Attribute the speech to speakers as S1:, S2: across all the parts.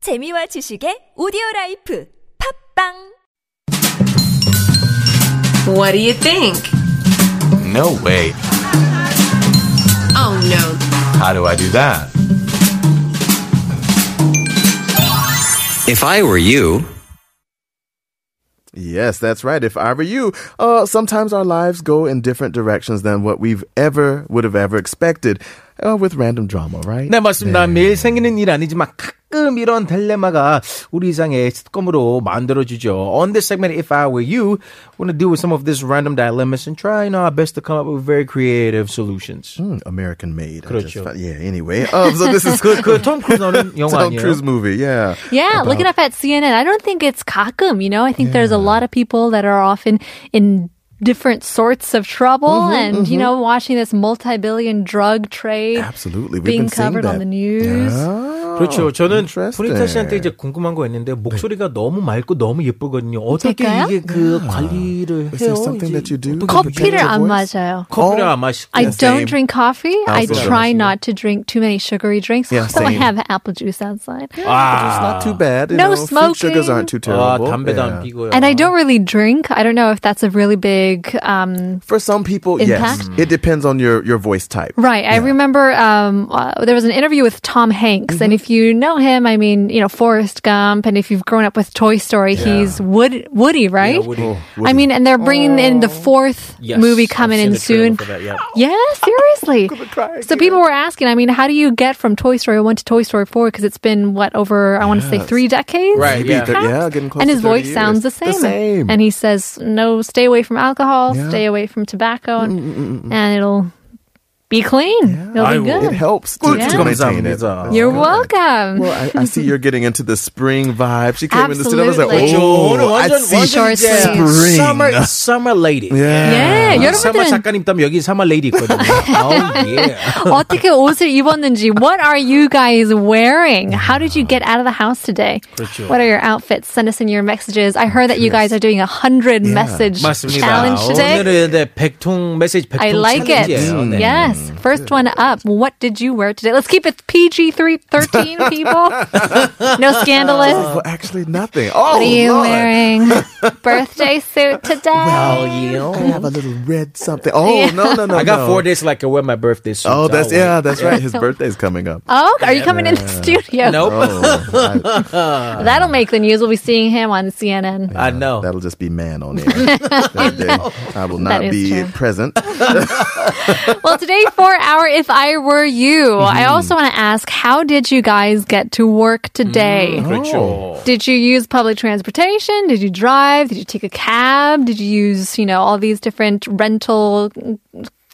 S1: 재미와 지식의 오디오 라이프 팝빵
S2: What do you think?
S3: No way.
S2: Oh no.
S3: How do I do that?
S4: If I were you,
S5: Yes, that's right. If I were you, uh, sometimes our lives go in different directions than what we've ever would have ever expected, uh, with random drama, right?
S6: 네, 맞습니다. 매일 생기는 일 아니지만 가끔 이런 딜레마가 우리 이상의 시트콤으로 만들어주죠. On this segment, if I were you, want to deal with some of these random dilemmas and trying our best to come up with very creative solutions.
S5: Hmm, American Made. I just
S6: Correcto.
S5: found- yeah. Anyway, um, so this is good.
S6: 그 톰 크루즈 나오는 영화
S5: Tom
S6: 아니에요?
S5: Cruise movie. Yeah.
S7: Yeah, look it up at CNN. I don't think it's kakum, you know. I think there's a lot of people that are often in different sorts of trouble
S5: Mm-hmm,
S7: and, you know, watching this multi billion drug trade
S5: Absolutely. We've
S7: being
S5: been seeing
S7: covered on
S5: that.
S7: the news.
S5: Oh,
S6: 그렇죠. 저는
S5: interesting.
S6: 프리타 씨한테 이제 궁금한 거 있는데 목소리가 너무 맑고 너무 예쁘거든요. 어떻게
S7: 제가요?
S6: 이게 그 관리를
S5: Is
S6: 해요?
S5: there something
S6: 이제
S5: that you do?
S6: 어떻게
S7: 커피를
S5: Depends on
S7: 안
S5: voice. Oh.
S7: 마셔요.
S6: 커피를 안 마시고
S7: I don't
S5: same.
S7: drink coffee. I
S5: Also.
S7: try not to drink too many sugary drinks,
S5: Yeah,
S7: although I
S5: same.
S7: have apple juice outside.
S5: Ah. It's
S6: 아,
S5: not too bad. You
S7: No
S5: know, Fruit
S7: smoking.
S5: sugars aren't too
S6: 아,
S5: terrible.
S6: 담배도
S5: Yeah.
S6: 안 피고요.
S7: And I don't really drink. I don't know if that's a really big um,
S5: For some people, yes,
S7: Impact?
S5: it depends on your your voice type.
S7: Right. I remember um, uh, there was an interview with Tom Hanks, and
S6: Mm-hmm.
S7: if you know him, I mean, you know, Forrest Gump, and if you've grown up with Toy Story, he's Wood- Woody, right?
S6: Woody. Oh.
S7: I mean, and they're bringing in the fourth
S6: Yes,
S7: movie
S6: I've
S7: coming
S6: seen
S7: in
S6: the trailer
S7: soon.
S6: for that, yeah.
S7: Yeah, seriously. so people were asking, I mean, how do you get from Toy Story 1 to Toy Story 4? Because it's been, what, over, I want to say three decades?
S6: Right,
S5: Maybe
S6: yeah.
S5: thir- yeah, getting close.
S7: And
S5: to
S7: his
S5: 30
S7: voice
S5: years.
S7: sounds the same.
S5: The same.
S7: And he says, no, stay away from alcohol,
S5: Yeah. Mm,
S7: stay away from tobacco, and, and it'll be clean. It'll
S6: I
S7: be
S6: will-
S7: good.
S5: It helps to,
S7: Yeah.
S5: to maintain it.
S6: 감사합니다.
S7: You're welcome.
S5: Well, I, I see you're getting into the spring vibe. She came in the studio. I was like,
S7: Absolutely.
S5: oh,
S6: 오늘
S5: I
S6: 완전
S5: see
S6: 완전
S7: Short
S6: 이제
S7: sleeves.
S6: summer summer lady.
S7: 예,
S6: 사마
S7: 여러분들은
S6: 작가님 땀 여기 사마 레이디 있거든요. Oh, 아우, 예.
S7: 어떻게 옷을 입었는지 What are you guys wearing? How did you get out of the house today?
S6: 그렇죠.
S7: What are your outfits? Send us in your messages. I heard that you guys are doing a hundred message
S6: 맞습니다.
S7: challenge today.
S6: 오늘은 네, 백통 메시지 백통
S7: I like it.
S6: 챌린지예요. 네.
S7: Yes. First one up. What did you wear today? Let's keep it PG three thirteen, people. No scandalous.
S5: Well, actually, nothing. Oh,
S7: What are you
S5: Lord.
S7: wearing? Birthday suit today.
S6: Oh, yeah.
S5: I have a little red something. Oh,
S7: Yeah.
S5: no, no, no.
S6: I got
S5: no.
S6: four days like I wear my birthday suit.
S5: Oh, that's
S6: I'll wear
S5: yeah,
S6: it.
S5: that's right. His birthday's coming up.
S7: Oh, are you coming in the studio?
S6: Nope.
S5: Oh,
S7: That'll make the news. We'll be seeing him on CNN.
S6: I know.
S5: that'll just be man on air. That day. I will not
S7: That is
S5: be
S7: true.
S5: present.
S7: Well, today for our If I Were You, I also want to ask how did you guys get to work today?
S5: Mm-hmm. Oh,
S6: 그렇죠.
S7: Did you use public transportation? Did you drive? Did you take a cab? Did you use, you know, all these different rental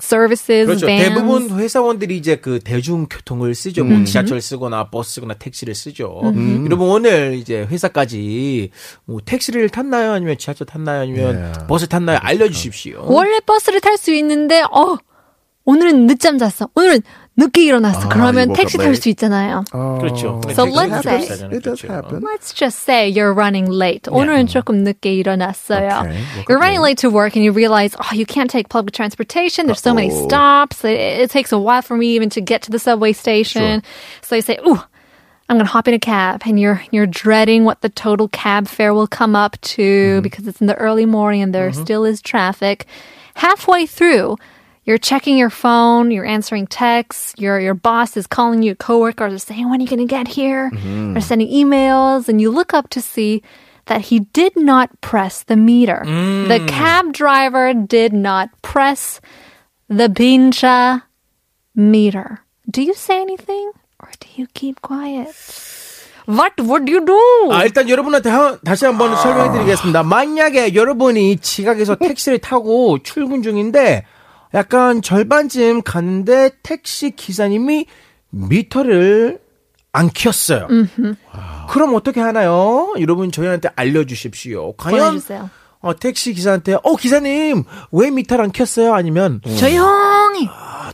S7: services?
S6: 그렇죠.
S7: vans?
S6: 대부분 회사원들이 이제 그 대중교통을 쓰죠. 뭐 지하철 쓰거나 버스 쓰거나 택시를 쓰죠. 음. 여러분 오늘 이제 회사까지 뭐 택시를 탔나요? 아니면 지하철 탔나요? 아니면 버스 탔나요? 알려주십시오.
S7: 원래 버스를 탈 수 있는데, 어, 오늘은 늦잠 잤어. 오늘은 늦게 일어났어. 그러면
S5: you woke up
S7: 택시 탈
S5: late.
S7: 수 있잖아요.
S6: 그렇죠.
S7: So let's say-
S5: It does happen.
S7: Let's just say you're running late. 오늘은 조금 늦게 일어났어요.
S5: Okay,
S7: You're running late to work and you realize, oh, you can't take public transportation. There's so many stops. It, it takes a while for me even to get to the subway station. So you say, ooh, I'm going to hop in a cab. And you're, you're dreading what the total cab fare will come up to because it's in the early morning and there still is traffic. Halfway through, you're checking your phone, you're answering texts, your your boss is calling you, coworkers are saying, When are you gonna get here? They're sending emails, and you look up to see that he did not press the meter. The cab driver did not press the pincha meter. Do you say anything? Or do you keep quiet? What would you do?
S6: 아, 일단 여러분한테 하- 다시
S7: 아.
S6: 한번 설명해 드리겠습니다. 만약에 여러분이 지각해서 택시를 타고 출근 중인데 약간 절반쯤 갔는데 택시 기사님이 미터를 안 켰어요. 그럼 어떻게 하나요? 여러분 저희한테 알려주십시오. 과연
S7: 보내주세요.
S6: 어, 택시 기사한테 어 기사님 왜 미터를 안 켰어요? 아니면
S7: 조용히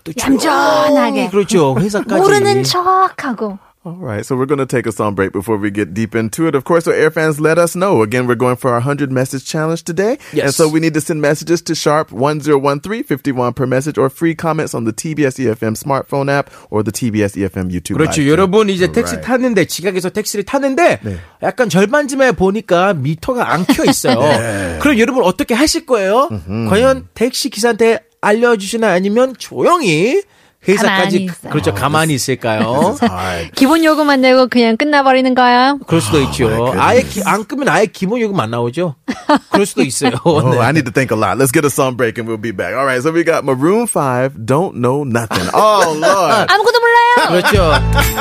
S6: 또
S7: 얌전하게.
S6: 조용히, 그렇죠 회사까지
S7: 모르는 척하고
S5: All right, so we're going to take a song break before we get deep into it. Of course, so air fans, let us know. Again, we're going for our 100 message challenge today.
S6: Yes.
S5: And so we need to send messages to sharp 101351 per message or free comments on the TBS EFM E smartphone app or the TBS EFM E YouTube.
S6: 그렇죠. 네.
S5: live stream.
S6: 여러분 이제 택시 탔는데 지각해서 택시를 탔는데 약간 절반쯤에 보니까 미터가 안 켜 있어요. 그럼 여러분 어떻게 하실 거예요? 과연 택시 기사한테 알려주시나 아니면 조용히
S7: 가만히
S6: 회사까지
S7: 있어요.
S6: 그렇죠. 가만히 있을까요?
S7: 기본 요금만 내고 그냥 끝나버리는 거야.
S6: 그럴 수도 네. 있죠. 아, 아예 기- 안 끄면 아예 기본 요금 안 나오죠. 그럴 수도 있어요.
S5: Oh,
S6: 네.
S5: I need to think a lot. Let's get a song break and we'll be back. All right, so we got Maroon 5, Don't Know Nothing. Oh, Lord.
S7: 아무것도 몰라요.
S6: 그렇죠.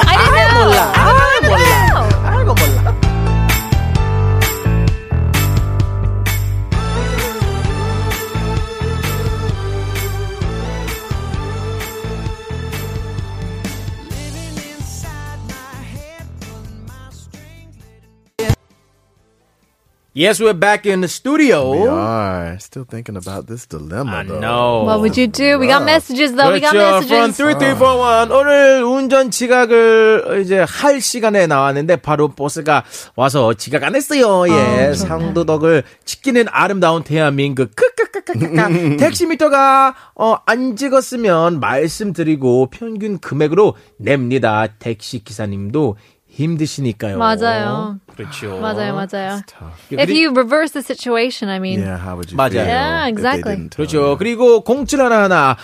S7: I don't know. I don't know.
S6: 알고 몰라. Yes, we're back in the studio. 아,
S5: We are still thinking about this dilemma,
S6: I
S5: though.
S6: know.
S7: What would you do? We got messages though. We got
S6: 그렇죠. From
S7: messages.
S6: 3341. 오늘 운전 지각을 이제 할 시간에 나왔는데 바로 버스가 와서 지각 안 했어요. 예. 상도덕을 지키는 아름다운 대한민국. 그 크크크크크크. 택시 미터가 어, 안 찍었으면 말씀드리고 평균 금액으로 냅니다. 택시 기사님도 힘드시니까요.
S7: 맞아요.
S6: 그렇죠.
S7: 맞아요, 맞아요. If
S6: 그리-
S7: you reverse the situation, I mean,
S5: Yeah, how would you
S6: 맞아요.
S5: feel
S7: Yeah,
S5: if they
S7: exactly.
S5: didn't tell
S6: 그렇죠. 그리고 07 하나 하나.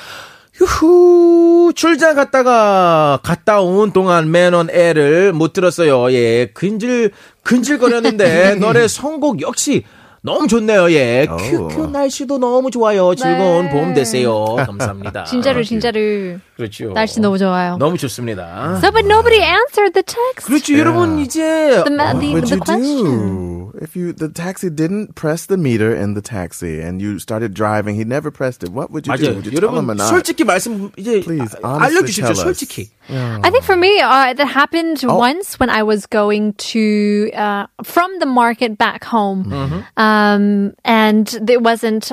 S6: 유후 출장 갔다가 갔다 온 동안 맨원 애를 못 들었어요. 예, 근질 근질거렸는데 노래 선곡 역시 너무 좋네요. 예,
S5: 어.
S6: 큐큐 날씨도 너무 좋아요. 즐거운
S7: 네.
S6: 봄 되세요. 감사합니다.
S7: 진짜로 진짜로
S6: 그렇죠.
S7: 날씨 너무 좋아요. 네.
S6: 너무 좋습니다.
S7: So, but nobody answered the text.
S5: 네.
S6: 그렇죠. 여러분 이제
S7: The, ma- the,
S5: would
S7: the
S5: you
S7: question.
S5: do if you the taxi didn't press the meter in the taxi and you started driving? He never pressed it. What would you do?
S6: 맞아요.
S5: Would you tell him or
S6: 여러분
S5: not?
S6: 솔직히 말씀 이제
S5: Please, honestly
S6: 알려주십시오.
S5: tell us.
S6: 솔직히.
S7: I think for me, uh, that happened
S5: Oh.
S7: once when I was going to uh, from the market back home,
S5: Mm-hmm.
S7: um, and it wasn't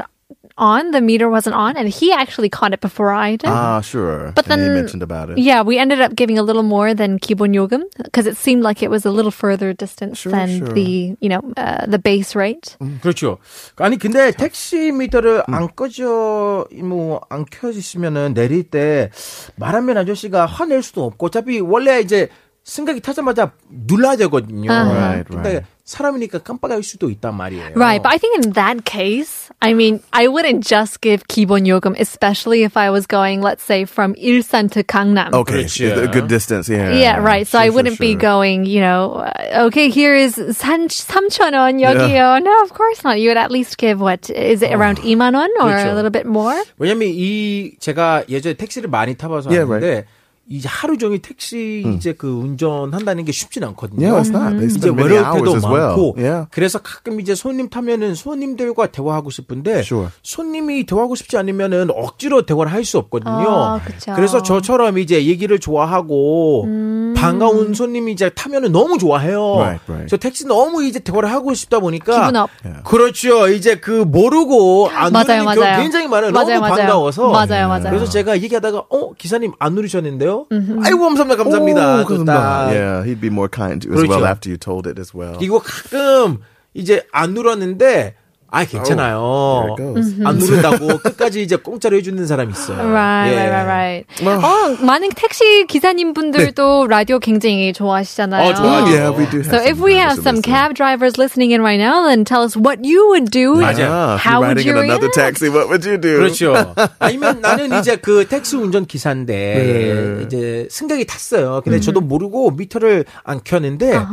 S7: on. The meter wasn't on, and he actually caught it before I did.
S5: Ah, sure.
S7: But
S5: And he
S7: then-
S5: mentioned about it.
S7: Yeah, we ended up giving a little more than Kibon Yogam because it seemed like it was a little further distance than
S5: sure. Mm-hmm.
S7: the you know uh, the base rate.
S6: 그렇죠. 아니 근데 택시 미터를
S5: 음.
S6: 안 꺼져 뭐 안 켜지시면은 내릴 때 말하면 아저씨가 화낼 수도 없고 어차피 원래 이제 승객이 타자마자 눌러야 되거든요.
S5: Right,
S6: 근데
S5: right.
S6: 사람이니까 깜빡할 수도 있단 말이에요.
S5: Oh.
S7: Right, but I think in that case, I mean, I wouldn't just give Kibon Yogam, especially if I was going, let's say, from Ilsan to Gangnam.
S5: Okay,
S6: Correct,
S5: a
S6: yeah.
S5: good distance. Yeah.
S7: Yeah, right. So
S5: Sure,
S7: I
S5: sure,
S7: wouldn't be
S5: sure.
S7: going, you know, uh, okay, here is san- 3,000원, 여기요. No, of course not. You would at least give what? Is it around 2만원 or
S6: 그렇죠.
S7: a little bit more?
S6: 왜냐면 이 제가 예전에 택시를 많이 타봐서
S5: Yeah,
S6: 아는데
S5: right.
S6: 이제 하루 종일 택시 이제 그 운전한다는 게 쉽진 않거든요.
S5: Yeah, 음. 예, it's not. They
S6: 이제
S5: spend many
S6: 외로울
S5: hours
S6: 때도
S5: as well. 예.
S6: 많고
S5: Yeah.
S6: 그래서 가끔 이제 손님 타면은 손님들과 대화하고 싶은데
S5: Sure.
S6: 손님이 대화하고 싶지 않으면은 억지로 대화를 할 수 없거든요.
S7: 아, 그쵸.
S6: 그래서 저처럼 이제 얘기를 좋아하고
S7: 음.
S6: 반가운 손님이 이제 타면은 너무 좋아해요.
S5: Right, right.
S6: 저 택시 너무 이제 대화를 하고 싶다 보니까
S7: 기분 업.
S6: 그렇죠. 이제 그 모르고 안
S7: 맞아요,
S6: 누르는 경우
S7: 맞아요.
S6: 굉장히 많아요.
S7: 맞아요,
S6: 너무
S7: 맞아요.
S6: 반가워서 네.
S7: 맞아요, 맞아요.
S6: 그래서 제가 얘기하다가 어 기사님 안 누르셨는데요? 아이고 감사합니다 감사합니다. 예.
S5: Oh,
S6: 또 딱.
S5: yeah, he'd be more kind to you as
S6: 그렇죠.
S5: well after you told it as well.
S6: 그리고 가끔 이제 안 눌렀는데 아 괜찮아요.
S5: there it goes.
S6: 안 누른다고 끝까지 이제 공짜로 해주는 사람이 있어요.
S7: Right,
S6: 예.
S7: right, right, right. 어, 많은 택시 기사님 분들도 라디오 굉장히 좋아하시잖아요.
S6: 어, 좋아요.
S5: Oh, yeah, we do. Have
S7: So if we have some
S5: cab,
S7: cab drivers listening in right now, then tell us what you would do. and
S5: Ah, if
S7: How
S5: you're
S7: would
S5: riding
S7: you
S5: in another
S7: react?
S5: taxi, what would you do?
S6: 그렇죠. 아니면 나는 이제 그 택시 운전 기사인데 이제 승객이 탔어요. 근데 저도 모르고 미터를 안 켰는데
S7: 어?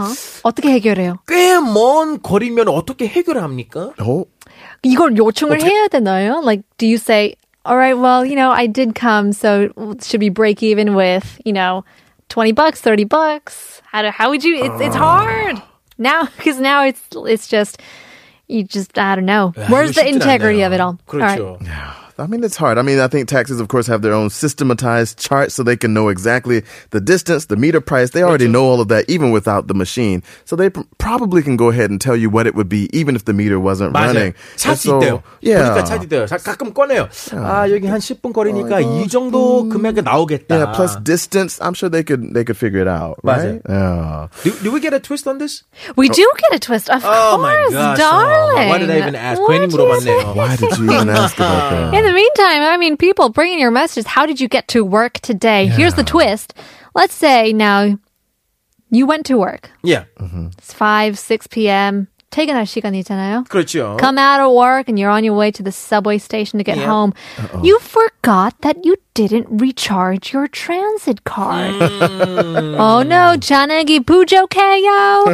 S7: 어떻게 해결해요?
S6: 꽤 먼 거리면 어떻게 해결합니까?
S5: Oh,
S7: 이걸 요청을 해야 되나요? Like, do you say, all right, well, you know, I did come, so it should be break even with, you know, 20 bucks, 30 bucks. How, do, how would you, it's, it's
S6: Ah.
S7: hard now, because now it's, it's just, you just, I don't know.
S6: 야,
S7: Where's
S6: 이거
S7: the
S6: 쉽진
S7: integrity
S6: 않네요.
S7: of it all? All right.
S6: 그렇죠.
S5: I mean, it's hard. I mean, I think taxis, of course, have their own systematized charts so they can know exactly the distance, the meter price. They already know all of that even without the machine. So they pr- probably can go ahead and tell you what it would be even if the meter wasn't running. And
S6: 찰수
S5: so-
S6: 있대요.
S5: Yeah.
S6: 보니까 찰수 있대요. 자, 가끔 꺼내요. 아 여기 한 10분 거리니까
S5: 아, 이거 음. 예,
S6: 이 정도 금액이 나오겠다.
S5: Yeah, plus distance. I'm sure they could they could figure it out, right?
S6: 맞아요.
S5: Yeah.
S6: do, do we get a twist on this?
S7: We do get a twist, of
S6: Oh my
S7: course,
S6: gosh,
S7: darling.
S6: Alma, why did I even ask?
S7: What
S6: 괜히
S7: is
S6: 물어봤네요.
S7: it?
S5: Why did you even ask about
S7: In
S5: that?
S7: the meantime, I mean, people bringing your messages. How did you get to work today? Here's the twist. Let's say now you went to work.
S6: Yeah.
S7: It's 5, 6 p.m. 퇴근할 시간이잖아요.
S6: 그렇죠.
S7: Come out of work and you're on your way to the subway station to get
S6: Yeah.
S7: home. You forgot that you didn't recharge your transit card. oh no, 잔액이 부족해요.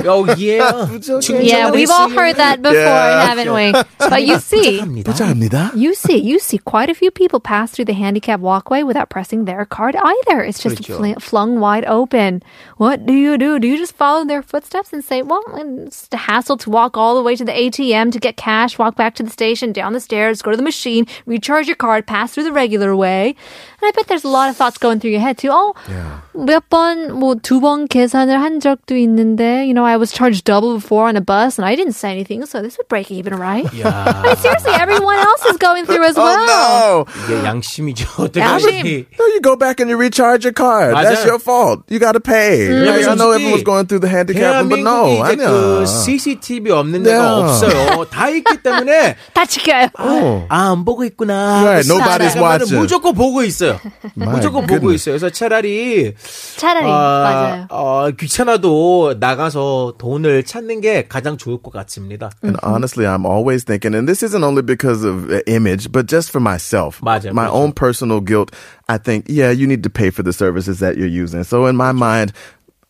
S6: Oh yeah.
S7: yeah, we've all heard that before,
S5: Yeah.
S7: haven't we? But you see,
S5: 부자입니다.
S7: you see, you see quite a few people pass through the handicap walkway without pressing their card either. It's just fl- flung wide open. What do you do? Do you just follow their footsteps and say, well, it's a hassle to walk all the way to the ATM to get cash, walk back to the station, down the stairs, go to the machine, recharge your card, pass through the regular way? And I bet there's a lot of thoughts going through your head too. Oh, 몇 번, 뭐, 두 번 계산을 한 적도 있는데, you know, I was charged double before on a bus and I didn't say anything, so this would break even, right? I mean, seriously, everyone else is going through as well.
S5: Oh
S6: 이게 양심이죠.
S7: 양심.
S6: 어떻게?
S5: no! No, you go back and you recharge your card.
S6: 맞아요.
S5: That's your fault. You got to pay. Like, I know
S6: 솔직히
S5: everyone's going through the handicap, but
S6: 대한민국이
S5: no, I
S6: 이제 그
S5: know.
S6: CCTV 없는 데가
S5: Yeah.
S6: 없어요. 다 있기 때문에
S7: 다 지켜요.
S6: 아 안 보고 있구나.
S5: 어. Right, nobody's
S6: 그래서 나는
S5: watching.
S6: 무조건 보고 있어요.
S5: My
S6: 무조건 보고
S5: goodness.
S6: 있어요. 그래서 차라리
S7: 차라리
S5: Uh,
S7: 맞아요.
S6: 어, 귀찮아도 나가서 돈을 찾는 게 가장 좋을 것 같습니다.
S7: 음.
S5: And Mm-hmm. honestly, I'm always thinking, and this isn't only because of uh, image, but just for myself,
S6: 맞아요,
S5: my
S6: 그렇죠.
S5: own personal guilt. I think, yeah, you need to pay for the services that you're using. So in my mind,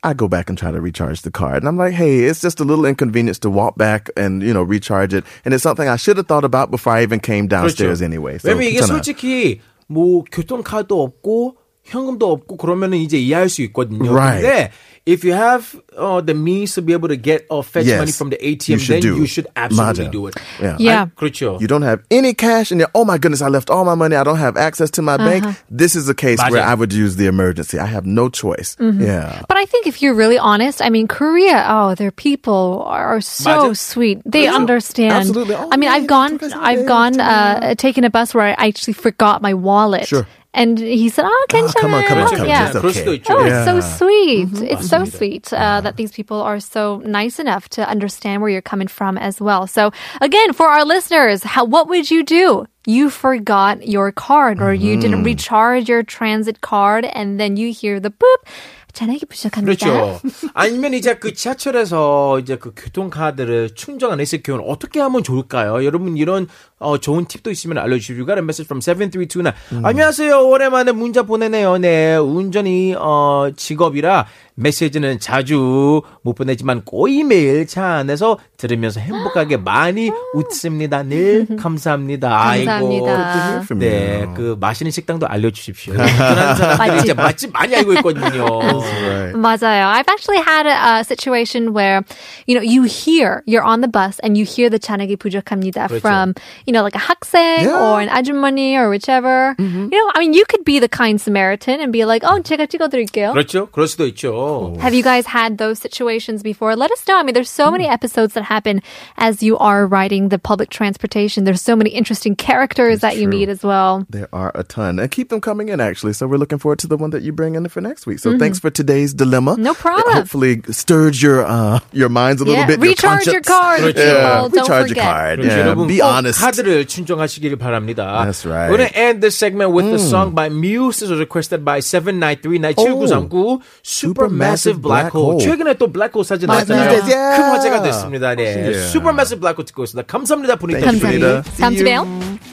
S5: I go back and try to recharge the card, and I'm like, hey, it's just a little inconvenience to walk back and you know recharge it, and it's something I should have thought about before I even came downstairs anyway. So
S6: 그렇죠? 왜냐면 이게
S5: 괜찮아요.
S6: 솔직히 뭐 교통카드도 없고 현금도 없고 그러면은 이제 이해할 수 있거든요.
S5: Right.
S6: 근데 if you have uh, the means to be able to get or fetch
S5: Yes.
S6: money from the
S5: You
S6: ATM,
S5: should
S6: then
S5: do
S6: you
S5: it.
S6: should absolutely
S5: 맞아요.
S6: do it.
S5: Yeah.
S7: Yeah.
S6: 그렇죠.
S5: you don't have any cash and you're, oh my goodness, I left all my money. I don't have access to my bank. This is a case where
S6: 맞아요.
S5: I would use the emergency. I have no choice. Yeah.
S7: But I think if you're really honest, I mean, Korea, oh, their people are, are so
S6: 맞아.
S7: sweet. They
S5: 그렇죠.
S7: understand.
S5: Absolutely. Oh,
S7: I mean,
S5: yeah,
S7: I've
S5: you
S7: gone,
S5: took us in
S7: I've
S5: there,
S7: gone,
S5: took
S7: uh, taken a bus where I actually forgot my wallet.
S5: Sure. Ah,
S7: And he said, oh, 괜찮아요.
S5: come on, come on, come on.
S7: Yeah.
S5: It's
S6: 그럴 수도
S5: okay.
S6: 있죠.
S7: Oh, it's
S5: Yeah.
S7: so sweet. It's so sweet uh, that these people are so nice enough to understand where you're coming from as well. So, again, for our listeners, how, what would you do? You forgot your card or you didn't recharge your transit card, and then you hear the boop. 잔액이 부족합니다.
S6: 그렇죠. 아니면 이제 그 지하철에서 이제 그 교통카드를 충전 안 했을 경우는 어떻게 하면 좋을까요? 여러분 이런 어, 좋은 팁도 있으면 알려주십시오. You got a message from 7329. 안녕하세요. 오랜만에 문자 보내네요. 네. 운전이 어, 직업이라 메시지는 자주 못 보내지만 꼬이 매일 차 안에서 들으면서 행복하게 많이 웃습니다. 늘 아. 감사합니다. 아이고.
S7: 감사합니다.
S5: from
S6: 네,
S5: you.
S6: 그 맛있는 식당도 알려주십시오. 그런 사람들이 이제 맛집 많이 알고 있거든요.
S7: 맞아요. I've actually had a, a situation where, you know, you hear, you're on the bus and you hear the 잔액이 부족합니다 from, you know, like a 학생
S5: Yeah.
S7: or an 아주머니 or whichever. You know, I mean, you could be the kind Samaritan and be like, oh, 제가 찍어드릴게요.
S6: 그렇죠. 그럴 수도 있죠.
S7: Have you guys had those situations before? Let us know. I mean, there's so many episodes that happen as you are riding the public transportation. There's so many interesting characters that you meet as well.
S5: There are a ton. And keep them coming in, actually. So we're looking forward to the one that you bring in for next week. So thanks for today's dilemma.
S7: Mm-hmm. No problem.
S5: It hopefully stirs your uh, your minds a little
S7: Yeah.
S5: bit.
S7: Recharge your
S5: conscience.
S7: card,
S5: Yeah.
S7: people. Don't
S5: Recharge your
S7: forget.
S5: card. Oh,
S6: 그렇죠.
S5: Yeah.
S6: 여러분
S5: Be
S6: 꼭
S5: honest.
S6: 카드를 충전하시길 바랍니다.
S5: That's right.
S6: We're gonna end this segment with the song by Muse, as requested by 7939739 Supermassive Black Hole. 최근에 또 Black Hole 사진
S7: 맞아요.
S6: 나왔잖아요.
S5: These days, yeah.
S6: 큰 화제가 됐습니다. 네, Supermassive Black Hole 듣고 있습니다. 감사합니다, 분위기.
S7: 감사합니다.
S5: See
S7: 다음 주에요.
S5: you.